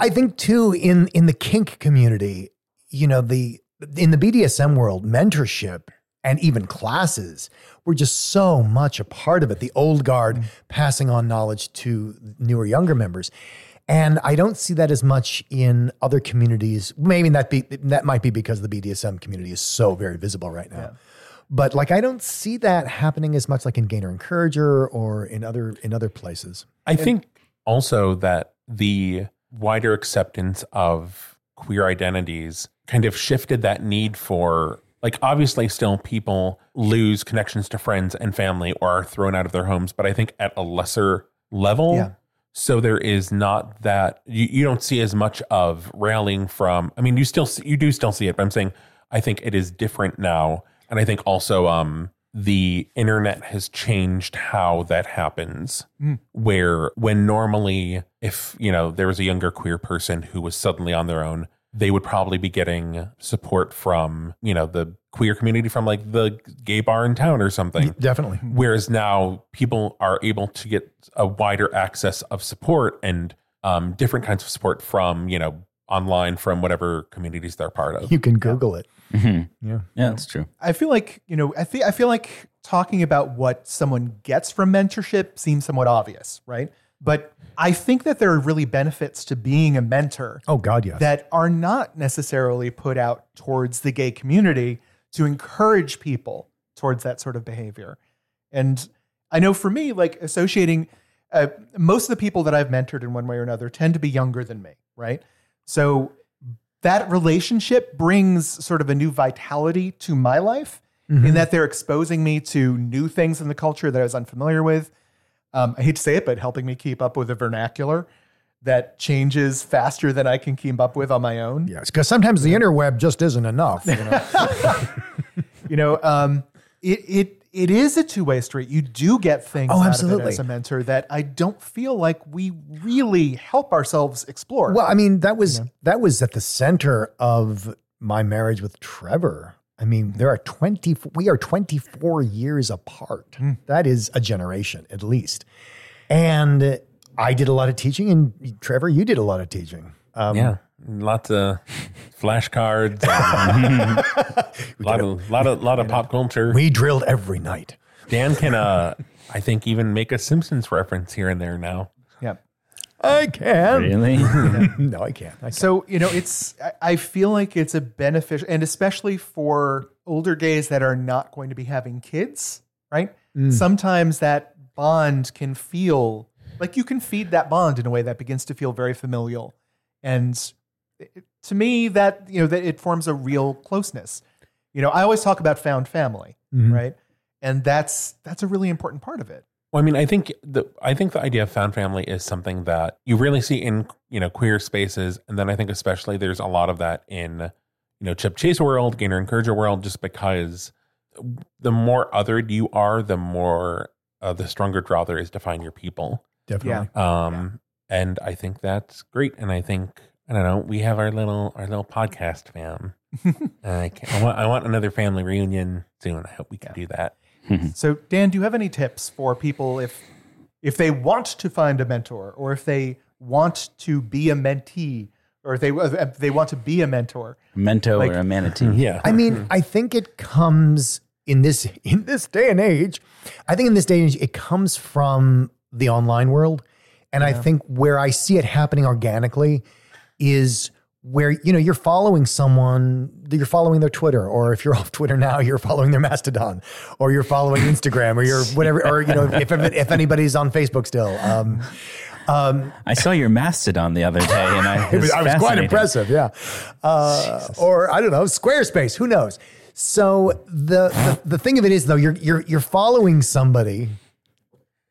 think too in in the kink community, you know, the in the BDSM world, mentorship and even classes were just so much a part of it. The old guard passing on knowledge to newer younger members. And I don't see that as much in other communities. Maybe that be that might be because the BDSM community is so very visible right now. But like I don't see that happening as much like in Gainer Encourager or in other in other places. I think also that the wider acceptance of queer identities kind of shifted that need for like obviously still people lose connections to friends and family or are thrown out of their homes but i think at a lesser level Yeah. so there is not that you, you don't see as much of rallying from i mean you still see, you do still see it but i'm saying i think it is different now and i think also um the internet has changed how that happens where when normally if you know there was a younger queer person who was suddenly on their own they would probably be getting support from you know the queer community from like the gay bar in town or something Definitely. whereas now people are able to get a wider access of support and um, different kinds of support from you know online from whatever communities they're part of You can Google it. Yeah, that's true. I feel like, you know, I think I feel like talking about what someone gets from mentorship seems somewhat obvious, right? But I think that there are really benefits to being a mentor Oh God, yes. that are not necessarily put out towards the gay community to encourage people towards that sort of behavior. And I know for me, like associating, uh, most of the people that I've mentored in one way or another tend to be younger than me, right? So that relationship brings sort of a new vitality to my life Mm-hmm. in that they're exposing me to new things in the culture that I was unfamiliar with. Um, I hate to say it, but helping me keep up with a vernacular that changes faster than I can keep up with on my own. yes, because sometimes the interweb just isn't enough. You know? You know, um, it it it is a two way street. You do get things Oh, out of it absolutely. as a mentor that I don't feel like we really help ourselves explore. well, I mean, that was that was at the center of my marriage with Trevor. I mean, there are twenty. We are twenty four years apart. That is a generation at least. And I did a lot of teaching, and Trevor, you did a lot of teaching. Um, yeah, lots of flashcards, (laughs) a lot of lot of lot of pop culture. We drilled every night. Dan can, uh, I think, even make a Simpsons reference here and there now. yeah. I can. Really? (laughs) No, I can't. I can't. So you know, it's I- I feel like it's a beneficial, and especially for older gays that are not going to be having kids, right? Hmm. Sometimes that bond can feel like you can feed that bond in a way that begins to feel very familial, and it- to me, that you know that it forms a real closeness. You know, I always talk about found family, Hmm. right? And that's that's a really important part of it. Well, I mean, I think the I think the idea of found family is something that you really see in you know queer spaces, and then I think especially there's a lot of that in you know Chip Chase world, Gainer Encourager world, just because the more othered you are, the more uh, the stronger draw there is to find your people. Definitely. Um, and I think that's great. And I think I don't know, we have our little our little podcast (laughs) fam. I, can't, I want I want another family reunion soon. I hope we can do that. Hmm. So, Dan, do you have any tips for people if if they want to find a mentor, or if they want to be a mentee, or if they if they want to be a mentor? A mento Like- or a manatee? Yeah. I mean, I think it comes in this (laughs) in this day and age. I think in this day and age, it comes from the online world, and I think where I see it happening organically is where you know you're following someone you're following their twitter or if you're (laughs) off twitter now you're following their mastodon or you're following instagram or you're whatever or you know if if anybody's on facebook still um, I saw your mastodon the other day, and I was, It was- I was quite fascinated. impressive. Yeah, uh, or I don't know, Squarespace. Who knows? So the, the the thing of it is though, you're you're you're following somebody.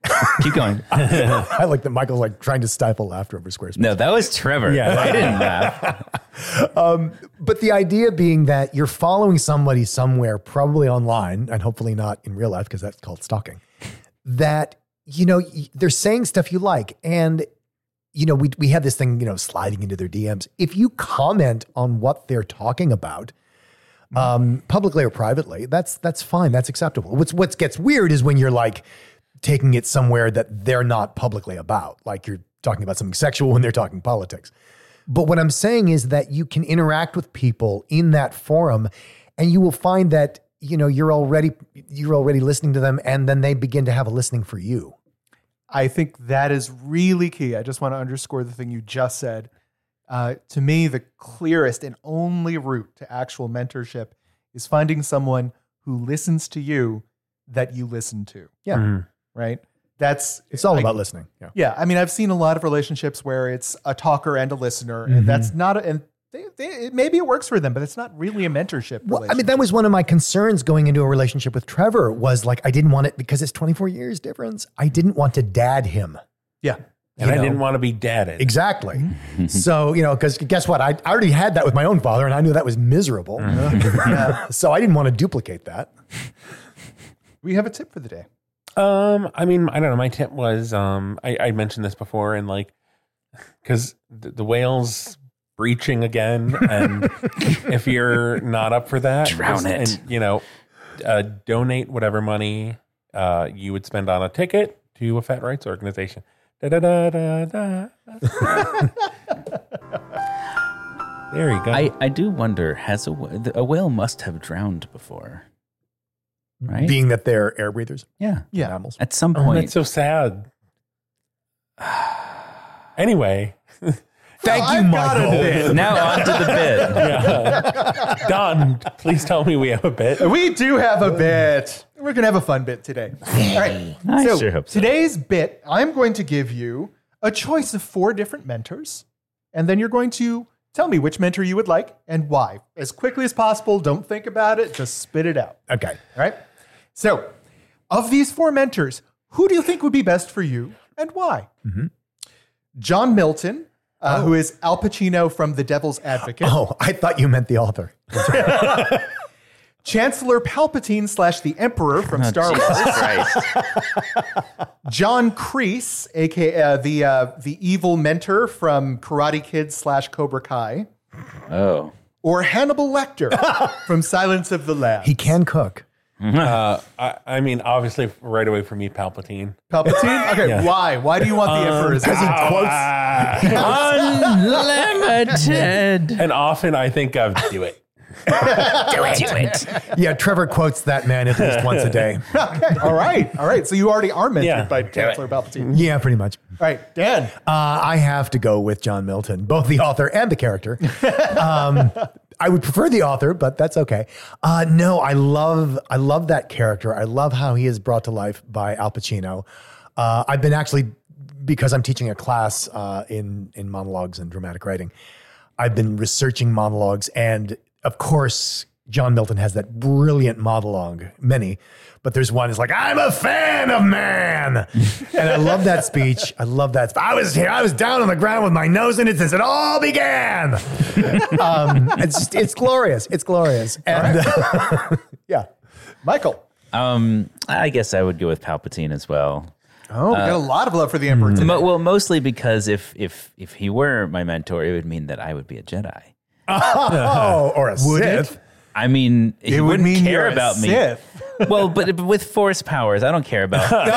(laughs) Keep going. I like that Michael's like trying to stifle laughter over Squarespace. No, that was Trevor. Yeah. I didn't laugh. But the idea being that you're following somebody somewhere, probably online, and hopefully not in real life because that's called stalking. That you know y- they're saying stuff you like, and you know we we have this thing you know sliding into their DMs. If you comment on what they're talking about, um, publicly or privately, that's that's fine, that's acceptable. What's what gets weird is when you're like taking it somewhere that they're not publicly about, like you're talking about something sexual when they're talking politics. But what I'm saying is that you can interact with people in that forum and you will find that, you know, you're already you're already listening to them and then they begin to have a listening for you. I think that is really key. I just want to underscore the thing you just said. Uh, to me, the clearest and only route to actual mentorship is finding someone who listens to you that you listen to. Yeah. Mm-hmm. Right. That's It's all I- about listening. Yeah. Yeah, I mean, I've seen a lot of relationships where it's a talker and a listener, Mm-hmm. and that's not. A, and they, they, it, maybe it works for them, but it's not really a mentorship. Well, I mean, relationship. that was one of my concerns going into a relationship with Trevor was like I didn't want it because it's 24 years difference. I didn't want to dad him. yeah, you and I know. e didn't want to be dadded. Exactly. (laughs) so, you know, because guess what? I, I already had that with my own father and I knew that was miserable. so I didn't want to duplicate that. we have a tip for the day. Um, I mean, I don't know. My tip was, um, I, I mentioned this before, and like, because the, the whale's breaching again, (laughs) and if you're not up for that, Drown it. and you know, uh, donate whatever money uh you would spend on a ticket to a fat rights organization. Da da da da da. (laughs) there you go. I, I do wonder, has a, wh- a whale must have drowned before? right? being that they're air breathers, yeah. Yeah. mammals. At some Oh, point, that's so sad. (laughs) anyway, Thank you, Michael. now on to the bit. Don, please tell me we have a bit. We do have a bit. We're going to have a fun bit today. All right. I sure hope so. Today's bit, I'm going to give you a choice of four different mentors, and then you're going to tell me which mentor you would like and why. As quickly as possible, don't think about it, just spit it out. All Okay. right. So, of these four mentors, who do you think would be best for you and why? Mm-hmm. John Milton, uh, who is Al Pacino from The Devil's Advocate. (laughs) Oh, I thought you meant the author. Chancellor Palpatine slash the Oh, Emperor from Star Wars. (laughs) John Kreese, aka uh, the uh, the evil mentor from Karate Kid slash Cobra Kai, Oh, or Hannibal (laughs) Lecter from Silence of the Lambs. He can cook. I, I mean, obviously, right away for me, Palpatine. (laughs) Palpatine. Okay, why? Why do you want the Emperor? as Um, As he Ah, quotes, (laughs) unlimited. And often I think (laughs) of do it. yeah, Trevor quotes that man at least once a day. okay, all right, all right. So you already are mentored Yeah. by Chancellor Palpatine. Yeah, pretty much. All right, Dan. Uh, I have to go with John Milton, both the author and the character. Um, I would prefer the author, but that's okay. Uh, no, I love I love that character. I love how he is brought to life by Al Pacino. Uh, I've been actually because I'm teaching a class uh, in in monologues and dramatic writing. I've been researching monologues, and of course, John Milton has that brilliant monologue, many, but there's one that's like, I'm a fan of man. and I love that speech. I love that. I was here, I was down on the ground with my nose in it since it all began. um, it's, just, it's glorious. It's glorious. (laughs) And (laughs) yeah. Michael. Um, I guess I would go with Palpatine as well. Oh, Uh, we got a lot of love for the Emperor today. But well, mostly because if if if he were my mentor, it would mean that I would be a Jedi. Oh, or a Would it? Sith. I mean, he It would wouldn't mean care you're a about me. Sith. well, but, but with force powers, I don't care (laughs) about. Like,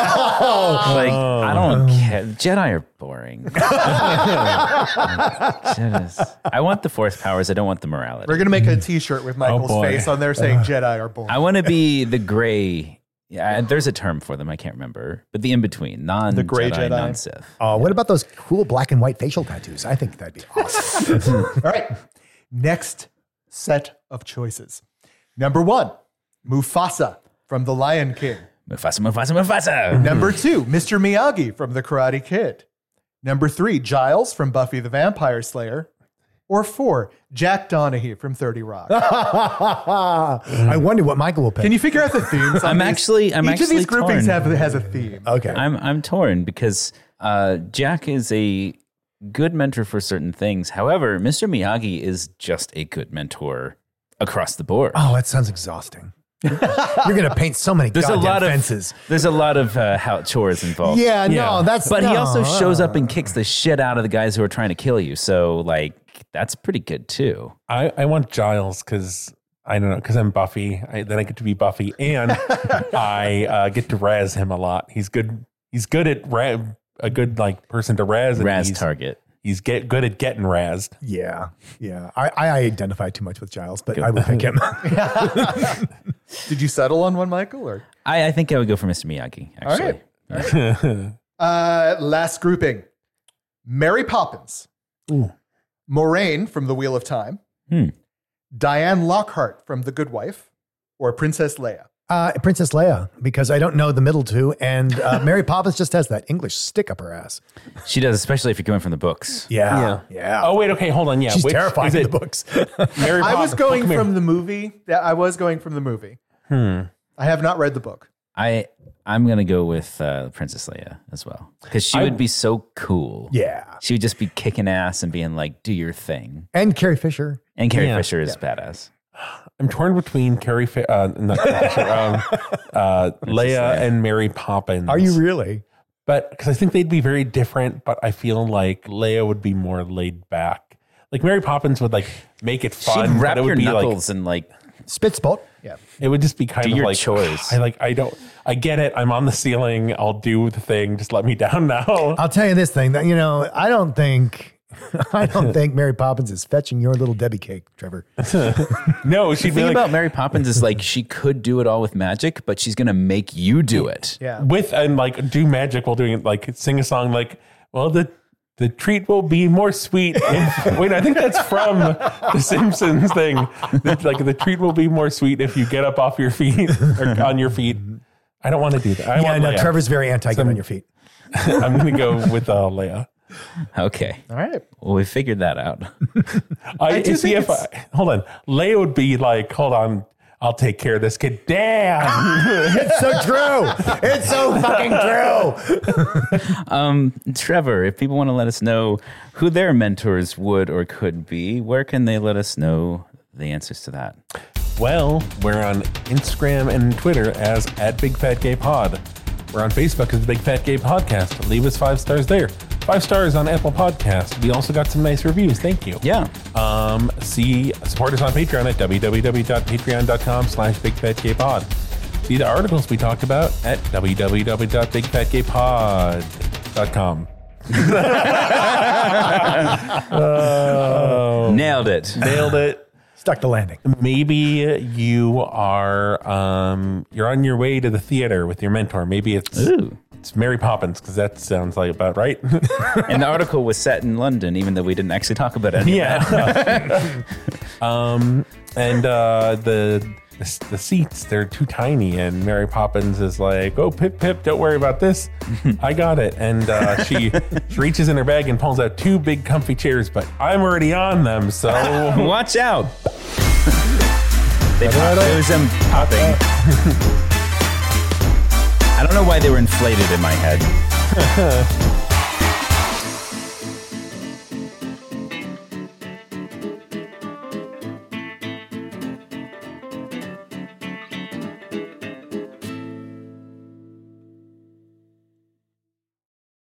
I don't Oh. care. Jedi are (laughs) boring. Jedis. I want the force powers. I don't want the morality. We're gonna make a T-shirt with Michael's boy. face on there saying Jedi are born. Oh, Uh-huh. I want to be the gray. Yeah, I- there's a term for them. I can't remember, but the in between, non the gray gray Jedi. Oh. Jedi, non Sith. Uh, what about those cool black and white facial tattoos? I think (laughs) that'd be awesome. All right. Next set of choices. Number one, Mufasa from The Lion King. Mufasa, Mufasa, Mufasa. Number two, Mr. Miyagi from The Karate Kid. Number three, Giles from Buffy the Vampire Slayer. Or four, Jack Donahue from (laughs) 30 Rock. I wonder what Michael will pick. Can you figure out the themes? on I'm these? actually- I'm Each of actually these groupings have, torn. has a theme. okay. I'm I'm torn because uh, Jack is a good mentor for certain things. However, Mr. Miyagi is just a good mentor across the board. Oh, that sounds exhausting. You're gonna paint so many there's a goddamn lot of fences. there's a lot of uh, how chores involved. Uh, yeah, no, that's. But he also no. shows up and kicks the shit out of the guys who are trying to kill you. So like that's pretty good too. I, I want Giles because I don't know because I'm Buffy. I, then I get to be Buffy, (laughs) and I uh, get to razz him a lot. He's good. He's good at ra- a good like person to razz. and Raz he's, target. He's get good at getting razzed. Yeah, yeah. I, I identify too much with Giles, but I would pick him. (laughs) Did you settle on one, Michael? Or I, I think I would go for Mr. Miyagi. All Actually, right. Uh, last grouping Mary Poppins, Moraine from The Wheel of Time, Hmm. Diane Lockhart from The Good Wife, or Princess Leia. Uh, Princess Leia, because I don't know the middle two, and uh, Mary Poppins just has that English stick up her ass. she does, especially if you're coming from the books. Yeah, yeah. Oh wait, okay, hold on. Yeah, She's which terrifying is in it? the books. (laughs) Mary I was Poppins. going Come here. from Ah, the movie. Yeah, I was going from the movie. Hmm. I have not read the book. I I'm gonna go with uh, Princess Leia as well because she would be so cool. yeah, she would just be kicking ass and being like, "Do your thing." and Carrie Fisher. And Carrie Yeah. Fisher is badass. I'm torn between Carrie, Fa- uh, not Carrie (laughs) Fisher, um, uh, Leia and Mary Poppins. Are you really? but because I think they'd be very different, but I feel like Leia would be more laid back. Like Mary Poppins would like make it fun. She'd but wrap it would your be like- knuckles and like Spitspot. Yeah. it would just be kind Do of your like chores. I like I don't I get it. I'm on the ceiling. I'll do the thing. Just let me (laughs) down now. I'll tell you this thing that you know I don't think (laughs) I don't think Mary Poppins is fetching your little Debbie cake, (laughs) Trevor. No, she'd The be thing like, about Mary Poppins is (laughs) like she could do it all with magic, but she's gonna make you do it. Yeah. with and like do magic while doing it, like sing a song like, well, the the treat will be more sweet. If, wait, I think that's from the Simpsons thing. That, like the treat will be more sweet if you get up off your feet or on your feet. I don't want to do that. I Yeah, want no, Leia. Trevor's very anti get Some- on your feet. (laughs) I'm going to go with uh, Leia. Okay. All right. Well, we figured that out. (laughs) I, do to see think if I, hold on. Leia would be like, hold on, I'll take care of this kid. Damn. It's so true. It's so fucking (laughs) true. Trevor, if people want to let us know who their mentors would or could be, where can they let us know the answers to that? well, we're on Instagram and Twitter as at Big Fat Gay Pod. We're on Facebook as the Big Fat Gay Podcast. Leave us five stars there. Five stars on Apple Podcast. We also got some nice reviews. Thank you. Yeah. Um, see, support us on Patreon at www.patreon.com slash bigfatgaypod. See the articles we talked about at www.bigfatgaypod.com. Oh. Nailed it. (laughs) Nailed it. Stuck the landing. Maybe you are um, you're on your way to the theater with your mentor. Maybe it's Ooh. it's Mary Poppins because that sounds like about right. And the article was set in London, even though we didn't actually talk about it. yeah. (laughs) um, and uh, the, the the seats they're too tiny, and Mary Poppins is like, "Oh, Pip, Pip, don't worry about this. I got it." And uh, she she reaches in her bag and pulls out two big, comfy chairs, but I'm already on them, so (laughs) Watch (laughs) out. they pop, it was them (laughs) popping. I don't know why they were inflated in my head.